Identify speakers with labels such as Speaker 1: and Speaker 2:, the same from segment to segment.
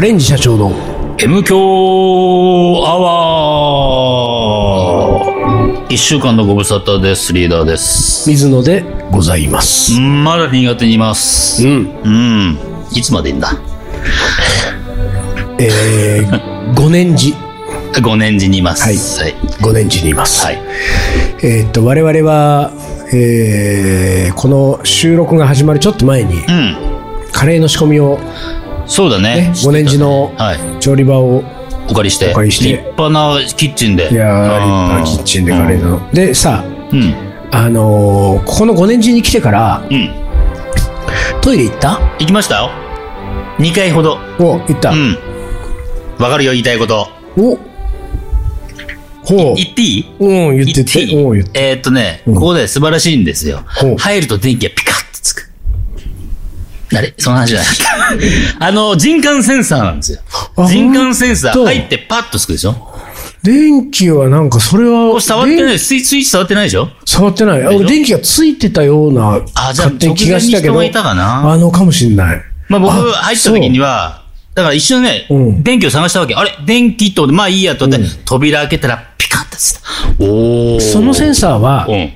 Speaker 1: レンジ社長の
Speaker 2: M 強アワー一週間のご無沙汰です。リーダーです。
Speaker 1: 水野でございます。
Speaker 2: まだ新潟にいます。
Speaker 1: うん。
Speaker 2: うん。いつまでいんだ
Speaker 1: えー、5年次、
Speaker 2: ?5 年次にいます。はい。
Speaker 1: 5年次にいます。
Speaker 2: はい。
Speaker 1: えーっと、我々は、えー、この収録が始まるちょっと前に、カレーの仕込みを、
Speaker 2: うん。そうだ
Speaker 1: ね、
Speaker 2: ね。
Speaker 1: 5年次の
Speaker 2: はい。
Speaker 1: 調理場を、
Speaker 2: お借りして。
Speaker 1: お借りして
Speaker 2: 立派なキッチンで。
Speaker 1: いやー、立派
Speaker 2: うん
Speaker 1: なキッチンでカレーの。で、さ、
Speaker 2: うん。
Speaker 1: あのーここの5年次に来てから、
Speaker 2: うん。
Speaker 1: トイレ行った
Speaker 2: 行きましたよ。2回ほど。
Speaker 1: お、行った
Speaker 2: う。ん。わかるよ、言いたいこと。
Speaker 1: おほう。
Speaker 2: 言っていい
Speaker 1: うん、言ってて。
Speaker 2: いい
Speaker 1: うん、言って。
Speaker 2: えーっとね、ここで素晴らしいんですよ
Speaker 1: ほう。
Speaker 2: 入ると電気がピカッとつく。あれその話じゃない。 あの、人感センサーなんですよ
Speaker 1: あ。
Speaker 2: 人感センサ
Speaker 1: ほん
Speaker 2: ー
Speaker 1: と
Speaker 2: 入ってパッとつくでしょ
Speaker 1: 電気はなんか、それ
Speaker 2: こ
Speaker 1: は、
Speaker 2: れ触って
Speaker 1: 電
Speaker 2: ない、スイッチスイッチ触ってないでしょ
Speaker 1: 触ってない。あ
Speaker 2: でしょ
Speaker 1: 俺電気がついてたような、
Speaker 2: あじゃあ
Speaker 1: 勝手に気がしたけど。
Speaker 2: 直前に人がいたかな
Speaker 1: あの、かもしんない。
Speaker 2: まあ僕
Speaker 1: あ
Speaker 2: 入った時には、だから一瞬ね
Speaker 1: うん、
Speaker 2: 電気を探したわけ。あれ電気と、まあいいやと思って、扉開けたらピカッとつった。おー。
Speaker 1: そのセンサーは、
Speaker 2: うん。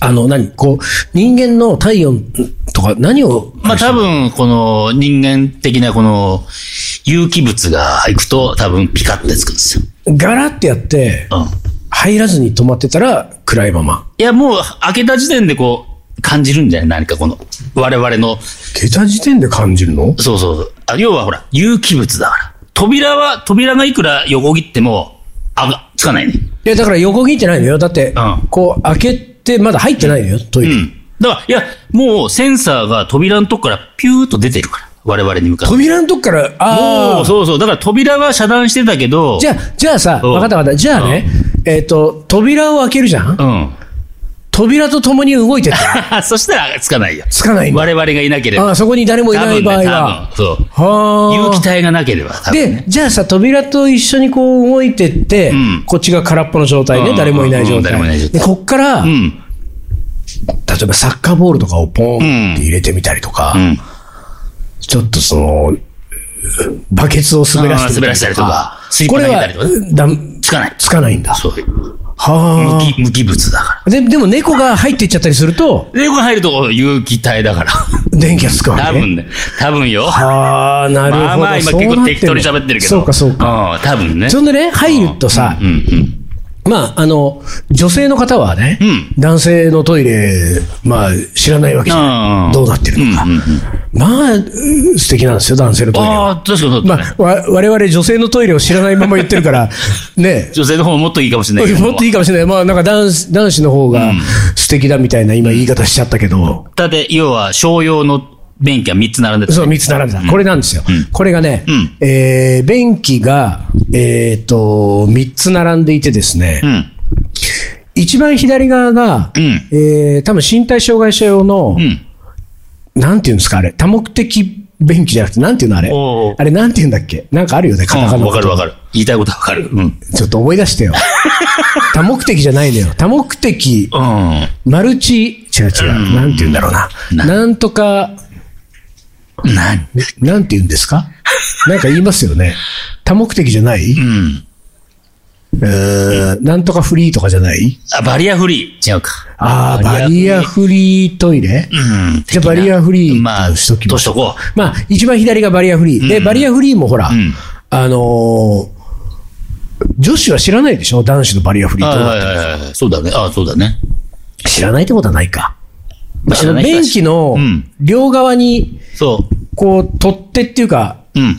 Speaker 1: あの、何こう、人間の体温とか何を、
Speaker 2: まあ多分、この人間的なこの有機物が行くと多分ピカッてつくんですよ。
Speaker 1: ガラってやって、
Speaker 2: うん。
Speaker 1: 入らずに止まってたら暗いまま。
Speaker 2: いや、もう開けた時点でこう感じるんじゃない何かこの我々の、
Speaker 1: 下駄時点で感じるの
Speaker 2: そうそうそうあ。要はほら、有機物だから。扉は、扉がいくら横切っても、あが、つかないね。
Speaker 1: いや、だから横切ってないのよ。だって、
Speaker 2: うん
Speaker 1: こう、開けて、まだ入ってないのよ、トイ
Speaker 2: う
Speaker 1: レ。
Speaker 2: ん。だから、いや、もうセンサーが扉のとこからピューっと出てるから。我々に向かって。
Speaker 1: 扉のとこから、あ
Speaker 2: もう、
Speaker 1: あ、
Speaker 2: そうそう。だから扉は遮断してたけど、
Speaker 1: じゃあ、じゃあさ、
Speaker 2: うん
Speaker 1: わかったわかった。じゃあね、えっと、扉を開けるじゃん
Speaker 2: うん。
Speaker 1: 扉と共に動いてたら、
Speaker 2: そしたらつかないよ。
Speaker 1: つかないんだ。
Speaker 2: 我々がいなければ。
Speaker 1: ああ、そこに誰もいない場合は。
Speaker 2: 多分ね多分そう。
Speaker 1: は
Speaker 2: 有機
Speaker 1: あ。
Speaker 2: 体がなければ。多分
Speaker 1: で、じゃあさ、扉と一緒にこう動いてって、
Speaker 2: ん
Speaker 1: こっちが空っぽの状態
Speaker 2: うんうん
Speaker 1: ね、
Speaker 2: うん
Speaker 1: 誰もいない状態。
Speaker 2: 誰もいない状態
Speaker 1: で、こっから、
Speaker 2: う
Speaker 1: 例
Speaker 2: ん。
Speaker 1: えばサッカーボールとかをポーンって入れてみたりとか、
Speaker 2: うん。
Speaker 1: ちょっとその、バケツを滑らせてみ
Speaker 2: あー滑らせたりとか
Speaker 1: これ
Speaker 2: ス
Speaker 1: はだ
Speaker 2: つかない。
Speaker 1: つかないんだ。
Speaker 2: そういう。無
Speaker 1: は
Speaker 2: 機、無機物だから。
Speaker 1: あ。で、でも猫が入っていっちゃったりすると、
Speaker 2: 猫が入ると有機体だ から。
Speaker 1: 電気がつくわけ
Speaker 2: 多分ね。多分よ。
Speaker 1: はあ、なるほど。
Speaker 2: まあまあ今結
Speaker 1: そうな
Speaker 2: 構
Speaker 1: んだ
Speaker 2: 適当に喋ってるけど。
Speaker 1: そうかそうか。
Speaker 2: か。うん、多分ね。
Speaker 1: そんでね、入るとさ、
Speaker 2: うんうん。
Speaker 1: まあ、あの、女性の方はね、
Speaker 2: うん
Speaker 1: 男性のトイレ、まあ、知らないわけじゃ
Speaker 2: うんう
Speaker 1: なんい。どうなってるのか。
Speaker 2: うんうんうん
Speaker 1: まあ、う素敵なんですよ、男性のトイレは。
Speaker 2: ああ、確かにそう
Speaker 1: ま
Speaker 2: だね。
Speaker 1: あ、わ我々女性のトイレを知らないまま言ってるから、ね、
Speaker 2: 女性の方ももっといいかもしれないけど。
Speaker 1: もっといいかもしれない。まあ、なんか男子男子の方が素敵だみたいな今言い方しちゃったけど、
Speaker 2: だって、要は、商用の便器が3つ並んでた。
Speaker 1: そう、3つ並んでた。これなんですよ。これがね、
Speaker 2: う
Speaker 1: えー便器が、えっと、3つ並んでいてですね、
Speaker 2: うん。
Speaker 1: 一番左側が、
Speaker 2: うん
Speaker 1: えー多分身体障害者用の、
Speaker 2: うん。
Speaker 1: なんていうんですか、あれ、多目的便器じゃなくて、なんていうのあれ
Speaker 2: おうおう。
Speaker 1: あれ、なんていうんだっけなんかあるよね、カタカ
Speaker 2: う
Speaker 1: ナ
Speaker 2: ん
Speaker 1: の
Speaker 2: わかるわかる。言いたいことはわかる。うん。うん。
Speaker 1: ちょっと思い出してよ。 多目的じゃないのよ。多目的、マルチ、違う違う、なんていうんだろうな。なんとか、
Speaker 2: 何
Speaker 1: なんて言うんですかなんか言いますよね。多目的じゃない、
Speaker 2: うん。
Speaker 1: えーなんとかフリーとかじゃない
Speaker 2: あ、バリアフリー。違うか。
Speaker 1: ああ、バリアフリートイレ、
Speaker 2: うん。
Speaker 1: じゃあバリアフリー
Speaker 2: まあ、
Speaker 1: としときま
Speaker 2: と
Speaker 1: す
Speaker 2: しとこう。
Speaker 1: まあ、一番左がバリアフリー。で、バリアフリーもほら、
Speaker 2: ん
Speaker 1: あのー女子は知らないでしょ男子のバリアフリー
Speaker 2: あ
Speaker 1: と
Speaker 2: はいはいはいはいそうだね。あそうだね。
Speaker 1: 知らないってことはないか。
Speaker 2: ま
Speaker 1: あの、
Speaker 2: あ知らない人
Speaker 1: 便
Speaker 2: は知
Speaker 1: 器の
Speaker 2: うん
Speaker 1: 両側に、
Speaker 2: そ
Speaker 1: こう、取っ手っていうか、
Speaker 2: う。うん。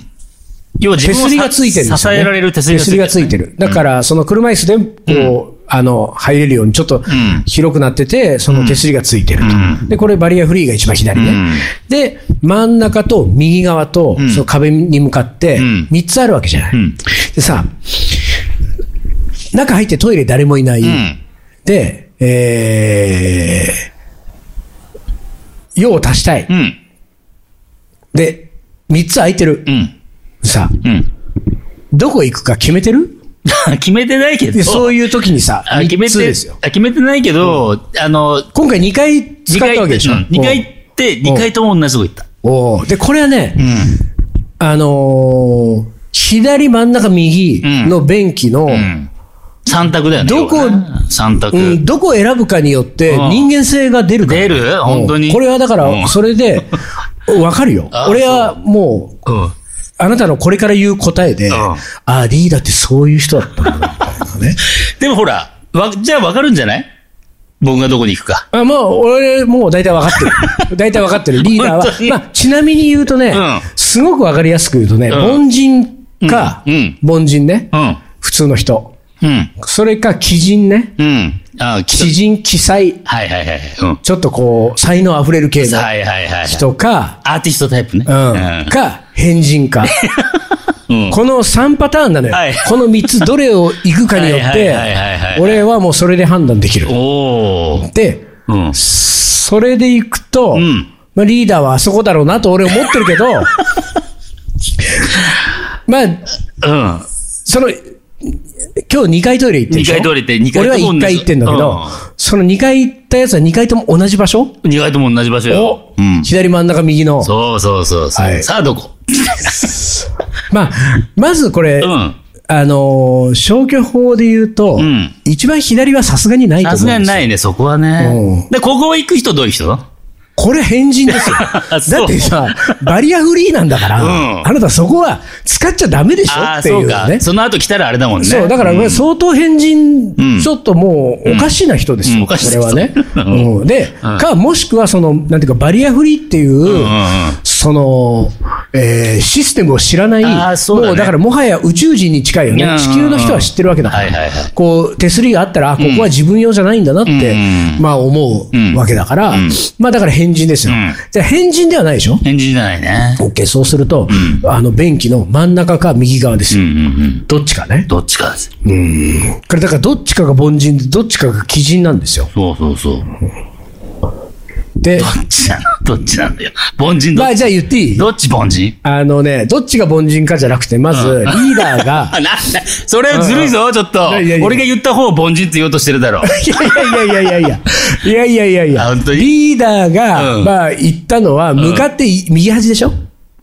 Speaker 2: 要は自
Speaker 1: 手
Speaker 2: 分を
Speaker 1: すりがついてるんです
Speaker 2: 支
Speaker 1: よ、ね。
Speaker 2: えられる手すりが
Speaker 1: 手
Speaker 2: ついてる。
Speaker 1: すりがついてる。だから、その車椅子で、こう、あの、入れるようにちょっと
Speaker 2: ん
Speaker 1: 広くなってて、その手すりがついてる
Speaker 2: う
Speaker 1: と。で、これバリアフリーが一番左ね
Speaker 2: うん。
Speaker 1: で、真ん中と右側と、その壁に向かって
Speaker 2: ん、
Speaker 1: 3つあるわけじゃない
Speaker 2: うん。
Speaker 1: でさ、中入ってトイレ誰もいない。
Speaker 2: うん。
Speaker 1: で、えー、用を足したい。
Speaker 2: うん。
Speaker 1: で、3つ空いてる
Speaker 2: う。ん。
Speaker 1: さ、
Speaker 2: うん。
Speaker 1: どこ行くか決めてる
Speaker 2: 決めてないけど。
Speaker 1: でそういう時にさ、
Speaker 2: あ決
Speaker 1: 3
Speaker 2: め
Speaker 1: つ
Speaker 2: て
Speaker 1: ですよ。、
Speaker 2: あ決めてないけど、あの、
Speaker 1: 今回2回使
Speaker 2: 二
Speaker 1: った
Speaker 2: 回
Speaker 1: わけでしょ。
Speaker 2: うん二回行って、二回とも同じとこ行った。
Speaker 1: おうおうで、これはね、あのー左真ん中右の便器の、
Speaker 2: うん。三択だよね。
Speaker 1: どこ
Speaker 2: 要はな三択。
Speaker 1: うん、どこを選ぶかによって
Speaker 2: うん
Speaker 1: 人間性が出るから
Speaker 2: 出る本当に
Speaker 1: うんこれはだか
Speaker 2: うん
Speaker 1: ら、それ で、わかるよ
Speaker 2: あ。
Speaker 1: 俺はもう、
Speaker 2: うん。
Speaker 1: あなたのこれから言う答えで、
Speaker 2: ん
Speaker 1: ああ、リーダーってそういう人だったんだな、みたいなね。
Speaker 2: でもほら、わ、じゃあわかるんじゃない僕がどこに行くか。
Speaker 1: あもう、俺、もう大体わかって る。大体わかってる。リーダ
Speaker 2: 本当
Speaker 1: ー
Speaker 2: に
Speaker 1: は、まあ、ちなみに言うとね、
Speaker 2: うん
Speaker 1: すごくわかりやすく言うとね、
Speaker 2: ん
Speaker 1: 凡人か、
Speaker 2: うんうん
Speaker 1: 凡人ね、
Speaker 2: うん。
Speaker 1: 普通の人。
Speaker 2: うん。
Speaker 1: それか、奇人ね。
Speaker 2: うん。あ、き
Speaker 1: 奇人、奇才。
Speaker 2: はいはいはいはい。うん。
Speaker 1: ちょっとこう、才能あふれる系の
Speaker 2: はいはいはい。
Speaker 1: 人か、
Speaker 2: アーティストタイプね。
Speaker 1: うん、か、変人か。
Speaker 2: うん。
Speaker 1: この3パターンなのよ
Speaker 2: はい。
Speaker 1: この3つどれを行くかによっ
Speaker 2: はい
Speaker 1: て
Speaker 2: はいはいはいは、い
Speaker 1: 俺はもうそれで判断できる。
Speaker 2: おー。
Speaker 1: で、
Speaker 2: うん。
Speaker 1: それで行くと
Speaker 2: ん、
Speaker 1: まあリーダーはあそこだろうなと俺思ってるけ ど、まあ、
Speaker 2: うん。
Speaker 1: その、今日2回トイレ行ってるでしょ
Speaker 2: 二回トイレ行って二回
Speaker 1: 俺は
Speaker 2: とも同
Speaker 1: 1
Speaker 2: じ
Speaker 1: 回行ってんだけ
Speaker 2: うん
Speaker 1: ど、その2回行ったやつは2回とも同じ場所
Speaker 2: 意外とも同じ場所よ
Speaker 1: を。
Speaker 2: うん。
Speaker 1: 左真ん中右の。
Speaker 2: そうそうそうそう。
Speaker 1: はい
Speaker 2: さあどこ
Speaker 1: まあ、まずこれ
Speaker 2: う、ん。
Speaker 1: あのー消去法で言うと、
Speaker 2: ん
Speaker 1: 一番左はさすがにないと思
Speaker 2: さ
Speaker 1: う
Speaker 2: す
Speaker 1: んです
Speaker 2: が
Speaker 1: よ
Speaker 2: にないね、そこはね
Speaker 1: う。
Speaker 2: で、ここ行く人どういう人
Speaker 1: これ変人ですよ
Speaker 2: あ。そう
Speaker 1: だってさ、バリアフリーなんだから、
Speaker 2: うん
Speaker 1: あなたそこは使っちゃダメでしょ
Speaker 2: ああ、
Speaker 1: ってい
Speaker 2: そうう
Speaker 1: ね
Speaker 2: か。。その後来たらあれだもんね。
Speaker 1: そう、だからこれ相当変人、
Speaker 2: うん
Speaker 1: ちょっともうおかしな人ですよ、
Speaker 2: うんお
Speaker 1: こ
Speaker 2: かしい
Speaker 1: れはね。
Speaker 2: うん
Speaker 1: うんで、
Speaker 2: うん
Speaker 1: か、もしくはその、なんていうか、バリアフリーっていう、
Speaker 2: うんうんうん。
Speaker 1: その、えーシステムを知らない、
Speaker 2: あーそうだね
Speaker 1: もうだからもはや宇宙人に近いよ
Speaker 2: うんうんう
Speaker 1: ね。
Speaker 2: ん
Speaker 1: 地球の人は知ってるわけだから。
Speaker 2: はいはいはい
Speaker 1: こう、手すりがあったら、あここは自分用じゃないんだなって、
Speaker 2: うん
Speaker 1: まあ思うわけだから、まあだから変人ですよ。
Speaker 2: うん
Speaker 1: じゃあ変人ではないでしょ
Speaker 2: 返事じゃないね。
Speaker 1: ?OK、そうすると、あの、便器の真ん中か右側です
Speaker 2: うん
Speaker 1: よ。
Speaker 2: うんうん。
Speaker 1: どっちかね。
Speaker 2: どっちかです。
Speaker 1: これだからどっちかが凡人で、どっちかが鬼人なんですよ。
Speaker 2: そうそうそう。
Speaker 1: で、
Speaker 2: どっちなのどっちなんだよ。凡人ど
Speaker 1: ま
Speaker 2: っ
Speaker 1: あ
Speaker 2: ち
Speaker 1: じゃあ言っていい
Speaker 2: どっち凡人
Speaker 1: あのね、どっちが凡人かじゃなくて、まず、リーダーが、
Speaker 2: あ、 なんだそれずるいぞ、ちょっと。
Speaker 1: いやいやいや
Speaker 2: 俺が言った方を凡人って言おうとしてる だろ。
Speaker 1: いやいやいやいやいやいやいやいやいや
Speaker 2: あ本当に
Speaker 1: リーダーが、
Speaker 2: うん
Speaker 1: まあ言ったのは向かってい右端でしょ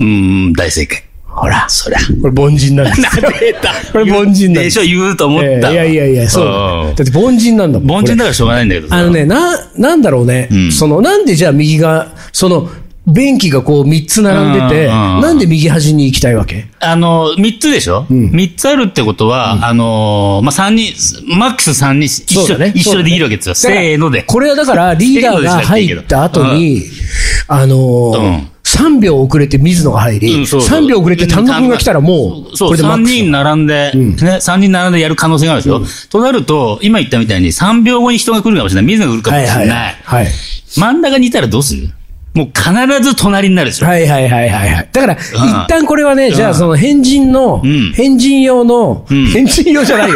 Speaker 2: うーん、大正解。
Speaker 1: ほら
Speaker 2: そりゃ。
Speaker 1: これ凡人なんですよ
Speaker 2: なんでだ
Speaker 1: これ凡人なん
Speaker 2: で
Speaker 1: です
Speaker 2: しょ、言うと思っ
Speaker 1: ええ
Speaker 2: たわ。
Speaker 1: いやいやいやそうだ
Speaker 2: ん
Speaker 1: ねだって凡人なんだもん
Speaker 2: 凡人だ
Speaker 1: こ
Speaker 2: からしょうがないんだけど
Speaker 1: れ
Speaker 2: さ
Speaker 1: あのねななんだろうね、
Speaker 2: うん
Speaker 1: そのなんでじゃあ右がその便器がこう3つ並んでて
Speaker 2: うんうんうん
Speaker 1: なんで右端に行きたいわけ
Speaker 2: あの、三つでしょ三つあるってことは、あの、まあ、三人、マックス三人、一
Speaker 1: そう
Speaker 2: 緒
Speaker 1: だね
Speaker 2: 一緒
Speaker 1: そう
Speaker 2: で
Speaker 1: だね
Speaker 2: できるわけですよ。
Speaker 1: だから
Speaker 2: せーので。
Speaker 1: これはだからリーダーが入った後に、あの
Speaker 2: う
Speaker 1: ー
Speaker 2: ん
Speaker 1: 3秒遅れて水野が入り、
Speaker 2: うんそうそう
Speaker 1: 3秒遅れて丹野君が来たらもう、
Speaker 2: そ
Speaker 1: こ
Speaker 2: う、
Speaker 1: れでマッ
Speaker 2: 三
Speaker 1: クスだ
Speaker 2: 人並んで、ね、三人並んでやる可能性があるでしょ。となると、今言ったみたいに3秒後に人が来るかもしれない。水野が来るかもしれない。
Speaker 1: はい
Speaker 2: 真ん中にいたらどうするもう必ず隣になるでしょ。
Speaker 1: はいはいはいはいはい。だから、一旦これはね、じゃあその変人の、
Speaker 2: ん
Speaker 1: 変人用の、
Speaker 2: ん
Speaker 1: 変人用じゃない よ。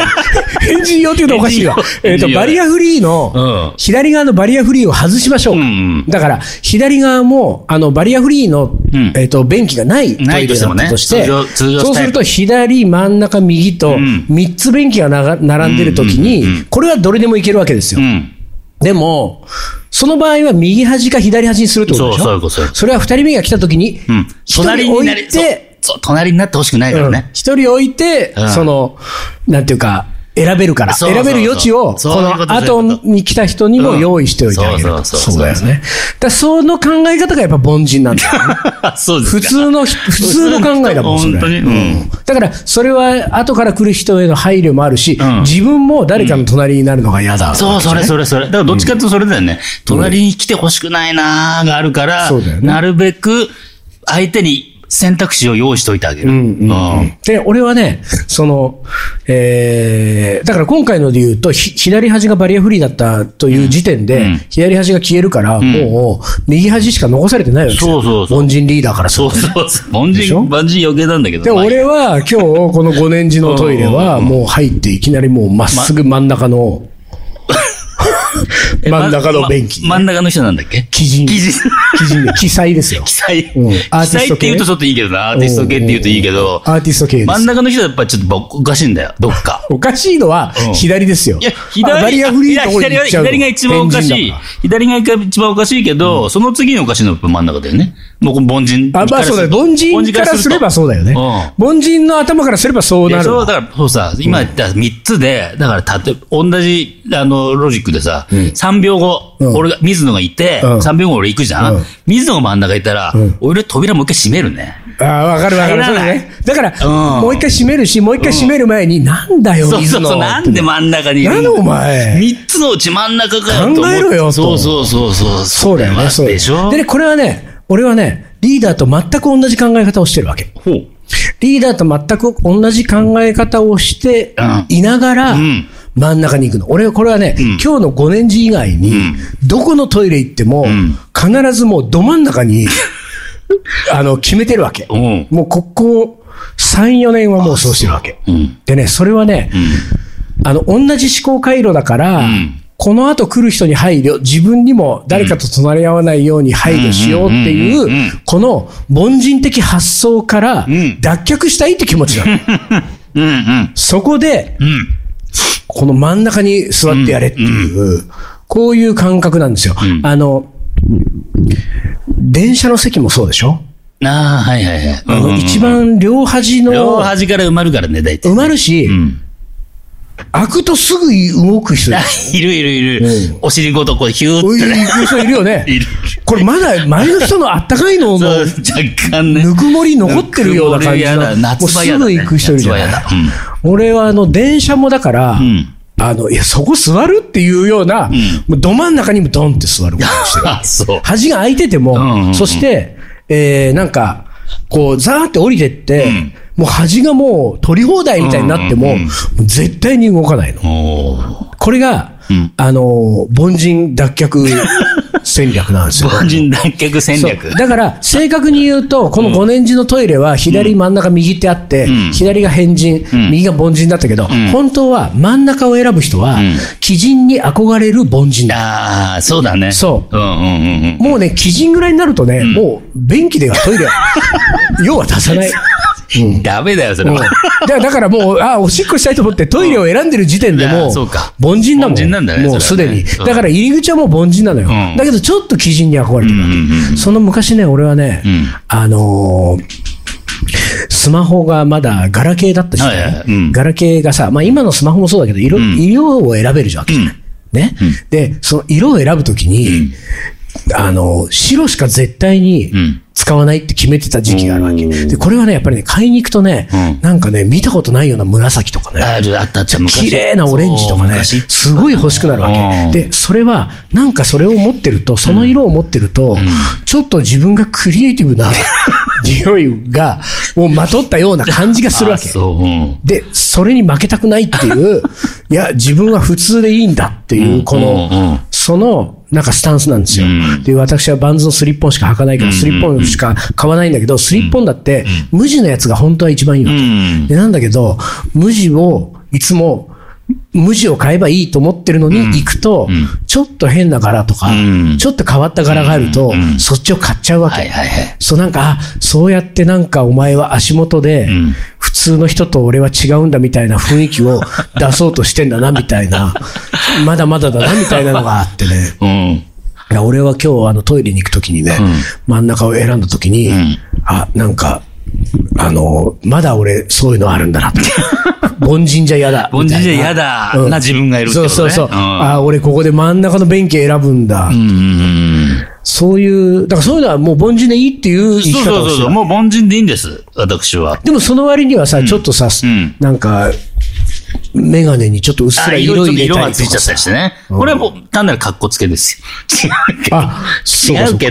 Speaker 1: 変人用っていうのおかしいよえ
Speaker 2: 変人。用
Speaker 1: っと、
Speaker 2: 変人用
Speaker 1: バリアフリー
Speaker 2: うん
Speaker 1: の、左側のバリアフリーを外しましょうか
Speaker 2: うんうん
Speaker 1: だから、左側も、あの、バリアフリーの
Speaker 2: ん、
Speaker 1: えっと、便器がないトイレ
Speaker 2: ないとして
Speaker 1: だ
Speaker 2: も
Speaker 1: っ
Speaker 2: ね
Speaker 1: たとして、
Speaker 2: 通常通常
Speaker 1: そうすると左、真ん中、右と、
Speaker 2: ん
Speaker 1: 3つ便器がなが並んでる時に、これはどれでもいけるわけですよ
Speaker 2: う。ん。
Speaker 1: でも、その場合は右端か左端にするってことでしょ
Speaker 2: そうそういうことそういうこ
Speaker 1: それは二人目が来た時に、
Speaker 2: うん。
Speaker 1: 一人置
Speaker 2: なり
Speaker 1: いて、
Speaker 2: そうそう、隣になってほしくないから
Speaker 1: うん
Speaker 2: ね。
Speaker 1: 一人置いて
Speaker 2: うん、
Speaker 1: その、なんていうか、選べるから、
Speaker 2: そう
Speaker 1: 選
Speaker 2: そうそう
Speaker 1: べる余地を、こ
Speaker 2: そういうこと
Speaker 1: の後に来た人にも用意しておいてあげる
Speaker 2: うん
Speaker 1: と。
Speaker 2: そうそうそう
Speaker 1: ね。だからその考え方がやっぱ凡人なんだよね。
Speaker 2: そうです
Speaker 1: 普
Speaker 2: か。
Speaker 1: 通の、普通の考えだもん、それ。
Speaker 2: 本当に。うん。
Speaker 1: だから、それは後から来る人への配慮もあるし、
Speaker 2: ん
Speaker 1: 自分も誰かの隣になるのが嫌だ。
Speaker 2: そう、それそれそれ。だからどっちかっていうとそれだよね。隣に来てほしくないなーがあるから、
Speaker 1: そうだよね
Speaker 2: なるべく相手に選択肢を用意しといてあげる。
Speaker 1: うんうんうん
Speaker 2: うん
Speaker 1: で、俺はね、その、えー、だから今回ので言うと、ひ左端がバリアフリーだったという時点で、
Speaker 2: うん
Speaker 1: 左端が消えるから、もう、右端しか残されてないわけですよ。
Speaker 2: そうそうそう
Speaker 1: 凡人リーダーからする
Speaker 2: そう
Speaker 1: と
Speaker 2: そうそう。凡
Speaker 1: でしょ
Speaker 2: 人、凡人余計なんだけど。
Speaker 1: で、
Speaker 2: まあ
Speaker 1: 俺は今日、この5年次のトイレは、もう入っていきなりもうまっすぐ真ん中の、
Speaker 2: え
Speaker 1: 真ん中の便器
Speaker 2: ま真ん中の人なんだっけ
Speaker 1: 基人。
Speaker 2: 基人
Speaker 1: 基人で、記載です よ。
Speaker 2: 記載。
Speaker 1: うん
Speaker 2: 記
Speaker 1: アーティ
Speaker 2: 載
Speaker 1: ス
Speaker 2: っ
Speaker 1: ト
Speaker 2: て
Speaker 1: 系
Speaker 2: 言うとちょっといいけどな。アーティスト系って言うといいけど、
Speaker 1: アーティスト系です。
Speaker 2: 真ん中の人はやっぱちょっとぼおかしいんだよ。どっか。
Speaker 1: おかしいのは
Speaker 2: うん、
Speaker 1: 左ですよ。
Speaker 2: いや、
Speaker 1: あ
Speaker 2: 左、
Speaker 1: バリアフリーのところ
Speaker 2: い
Speaker 1: に
Speaker 2: や
Speaker 1: 行っ
Speaker 2: 左
Speaker 1: ちゃうの
Speaker 2: が左が一番おかしい
Speaker 1: 変人だら。
Speaker 2: 左が一番おかしいけど、その次におかしいのはやっぱ真ん中だよね。もうこの凡人
Speaker 1: あ、まあそうだよ。凡人からすればそうだよね。凡人の頭からすればそう
Speaker 2: い
Speaker 1: な
Speaker 2: や
Speaker 1: る
Speaker 2: そう
Speaker 1: わ。
Speaker 2: だから、そうさ、今言った3つで、だから、たと同じ、あの、ロジックでさ、3秒後、
Speaker 1: うん
Speaker 2: 俺が、水野がいて、
Speaker 1: うん
Speaker 2: 3秒後俺行くじゃん、
Speaker 1: うん
Speaker 2: 水野が真ん中いたら、俺扉もう一回閉めるね。
Speaker 1: あーわかるわかる。そ
Speaker 2: 入
Speaker 1: うだ
Speaker 2: らない
Speaker 1: ね。だから、
Speaker 2: うん
Speaker 1: もう一回閉めるし、もう一回閉める前に、なんだよ、
Speaker 2: そう
Speaker 1: 水
Speaker 2: そ
Speaker 1: 野
Speaker 2: うそう、なんで真ん中にいる
Speaker 1: なんんだ
Speaker 2: だ
Speaker 1: お前。
Speaker 2: 3つのうち真ん中かよと思っ
Speaker 1: 考えろよと
Speaker 2: そうそうそうそう。
Speaker 1: そうだよ
Speaker 2: れ
Speaker 1: ね、
Speaker 2: は
Speaker 1: そうだよ
Speaker 2: でしょ
Speaker 1: でね、これはね、俺はね、リーダーと全く同じ考え方をしてるわけ。
Speaker 2: ほう。
Speaker 1: リーダーと全く同じ考え方をして
Speaker 2: うん
Speaker 1: いながら、
Speaker 2: ん
Speaker 1: 真ん中に行くの。俺はこれはね、今日の5年時以外に、どこのトイレ行っても、
Speaker 2: ん
Speaker 1: 必ずもうど真ん中 に、あの、決めてるわけ。
Speaker 2: うん
Speaker 1: もうここ3、4年はもうそうしてるわけ。
Speaker 2: うん。
Speaker 1: でね、それはね、あの、同じ思考回路だから、
Speaker 2: ん
Speaker 1: この後来る人に配慮、自分にも誰かと隣り合わないように配慮しようって
Speaker 2: うんうんうんうん
Speaker 1: いうう、この凡人的発想から
Speaker 2: ん
Speaker 1: 脱却したいって気持ちなの。
Speaker 2: うんうん。
Speaker 1: そこで、
Speaker 2: うん。
Speaker 1: この真ん中に座ってやれっていう、こういう感覚なんですよ。あの、電車の席もそうでしょ
Speaker 2: ああ、はいはいはい。
Speaker 1: あの一番両端の、
Speaker 2: 両端から埋まるからね、大体。
Speaker 1: 埋まるし、
Speaker 2: ん
Speaker 1: 開くとすぐ動く人で
Speaker 2: あ
Speaker 1: す。
Speaker 2: いるいるいる。お尻ごとこう、ヒュー
Speaker 1: こう
Speaker 2: って
Speaker 1: い
Speaker 2: ね。
Speaker 1: う行く人いるよね。
Speaker 2: いる。
Speaker 1: これまだ前の人のあったかいの
Speaker 2: そ
Speaker 1: の
Speaker 2: う、
Speaker 1: ぬ
Speaker 2: 若干ね。
Speaker 1: くもり残ってるような感じ
Speaker 2: ぬくもりや
Speaker 1: の、
Speaker 2: だ
Speaker 1: もう
Speaker 2: 夏場
Speaker 1: す
Speaker 2: やだ
Speaker 1: ぐ
Speaker 2: ね
Speaker 1: 行く人いるじゃない
Speaker 2: 夏場 や
Speaker 1: 俺はあの、電車もだから、
Speaker 2: ん
Speaker 1: あの、いや、そこ座るっていうような、もうど真ん中にもドンって座ることにしてる。
Speaker 2: あ、そう。
Speaker 1: 端が開いてても、
Speaker 2: んうんうん
Speaker 1: そして、えー、なんか、こう、ザーって降りてって、もう端がもう取り放題みたいになっても、
Speaker 2: うんうんうん
Speaker 1: もう絶対に動かないの。
Speaker 2: おー
Speaker 1: これが、あのー、凡人脱却戦略なんですよ。
Speaker 2: 凡人脱却戦
Speaker 1: そ
Speaker 2: 略
Speaker 1: う。だから、正確に言うと、この5年時のトイレは、左、真ん中、右ってあって、左が変人、右が凡人だったけど、本当は真ん中を選ぶ人は、基人に憧れる凡人だ。
Speaker 2: ああ、そうだね。。
Speaker 1: そう
Speaker 2: うんうんうんうん。
Speaker 1: もうね、基人ぐらいになるとね、もう、便器ではト イレは、用は出さない。
Speaker 2: ダメだよ、それ
Speaker 1: うん
Speaker 2: は。
Speaker 1: だだからもう、あおしっこしたいと思って、トイレを選んでる時点で
Speaker 2: うんい
Speaker 1: も
Speaker 2: やそうか
Speaker 1: 凡人だもん。
Speaker 2: 凡人なんだね
Speaker 1: もうす
Speaker 2: それ
Speaker 1: で
Speaker 2: はね
Speaker 1: に。
Speaker 2: うん
Speaker 1: だから入り口はもう凡人なのよ。
Speaker 2: うん
Speaker 1: だけど、ちょっと基人に憧れてるわけ。その昔ね、俺はね、あのースマホがまだガラケーだった時
Speaker 2: はいはい
Speaker 1: 代
Speaker 2: はいうん、
Speaker 1: ガラケーがさ、まあ今のスマホもそうだけど、色、色を選べるじゃんわけじゃない。ね。で、その色を選ぶときに、あの、白しか絶対に
Speaker 2: ん
Speaker 1: 使わないって決めてた時期があるわけ。
Speaker 2: おー
Speaker 1: で、これはね、やっぱりね、買いに行くとね、なんかね、見たことないような紫とかね。
Speaker 2: あるあったあった、昔。
Speaker 1: 綺麗なオレンジとか
Speaker 2: そう
Speaker 1: ね、
Speaker 2: 昔
Speaker 1: すごい欲しくなるわ
Speaker 2: うん
Speaker 1: け。で、それは、なんかそれを持ってると、その色を持ってると、ちょっと自分がクリエイティブ な匂いが、もうまとったような感じがするわ
Speaker 2: あ
Speaker 1: け。
Speaker 2: そう。うん
Speaker 1: で、それに負けたくないって いう、いや、自分は普通でいいんだっていう、この、
Speaker 2: うんうん
Speaker 1: その、なんかスタンスなんですよ。
Speaker 2: う
Speaker 1: で、私はバンズのスリッポンしか履かないから、スリッポンしか買わないんだけど、スリッポンだって、無地のやつが本当は一番いいわけ。
Speaker 2: うん。
Speaker 1: で、なんだけど、無地を、いつも、無地を買えばいいと思ってるのに行くと、ちょっと変な柄とか、
Speaker 2: ん
Speaker 1: ちょっと変わった柄があると、そっちを買っちゃうわけ。
Speaker 2: はいはいはい。
Speaker 1: そうなんか、あそうやってなんかお前は足元で、普通の人と俺は違うんだみたいな雰囲気を出そうとしてんだなみたいな、 まだまだだなみたいなのがあってね。
Speaker 2: うん。
Speaker 1: いや俺は今日あのトイレに行くときにね、真ん中を選んだときに、あ、なんか、あの、まだ俺そういうのあるんだな って。凡人じゃ嫌だ。
Speaker 2: 凡人じゃ嫌
Speaker 1: みたい
Speaker 2: だ
Speaker 1: うん
Speaker 2: な自分がいるってこと
Speaker 1: そう
Speaker 2: ね。
Speaker 1: そうそう。
Speaker 2: ん
Speaker 1: あ、俺ここで真ん中の便器選ぶんだ。
Speaker 2: うんうんうん。
Speaker 1: そういう、だからそういうのはもう凡人でいいっていう生
Speaker 2: そう
Speaker 1: き方
Speaker 2: そ
Speaker 1: を
Speaker 2: う
Speaker 1: して
Speaker 2: そう。
Speaker 1: る
Speaker 2: もう凡人でいいんです。私は。
Speaker 1: でもその割にはさ、ちょっとさ、
Speaker 2: ん
Speaker 1: なんか、メガネにちょっとうっす
Speaker 2: あ
Speaker 1: ら
Speaker 2: 色
Speaker 1: 色
Speaker 2: 々
Speaker 1: 入れ
Speaker 2: 色
Speaker 1: た
Speaker 2: が
Speaker 1: り
Speaker 2: つ
Speaker 1: と
Speaker 2: いちゃ
Speaker 1: か
Speaker 2: った
Speaker 1: さ
Speaker 2: り。してね。これはもう単なる格好つけですよ。
Speaker 1: あ、そうか
Speaker 2: 違
Speaker 1: そううか
Speaker 2: け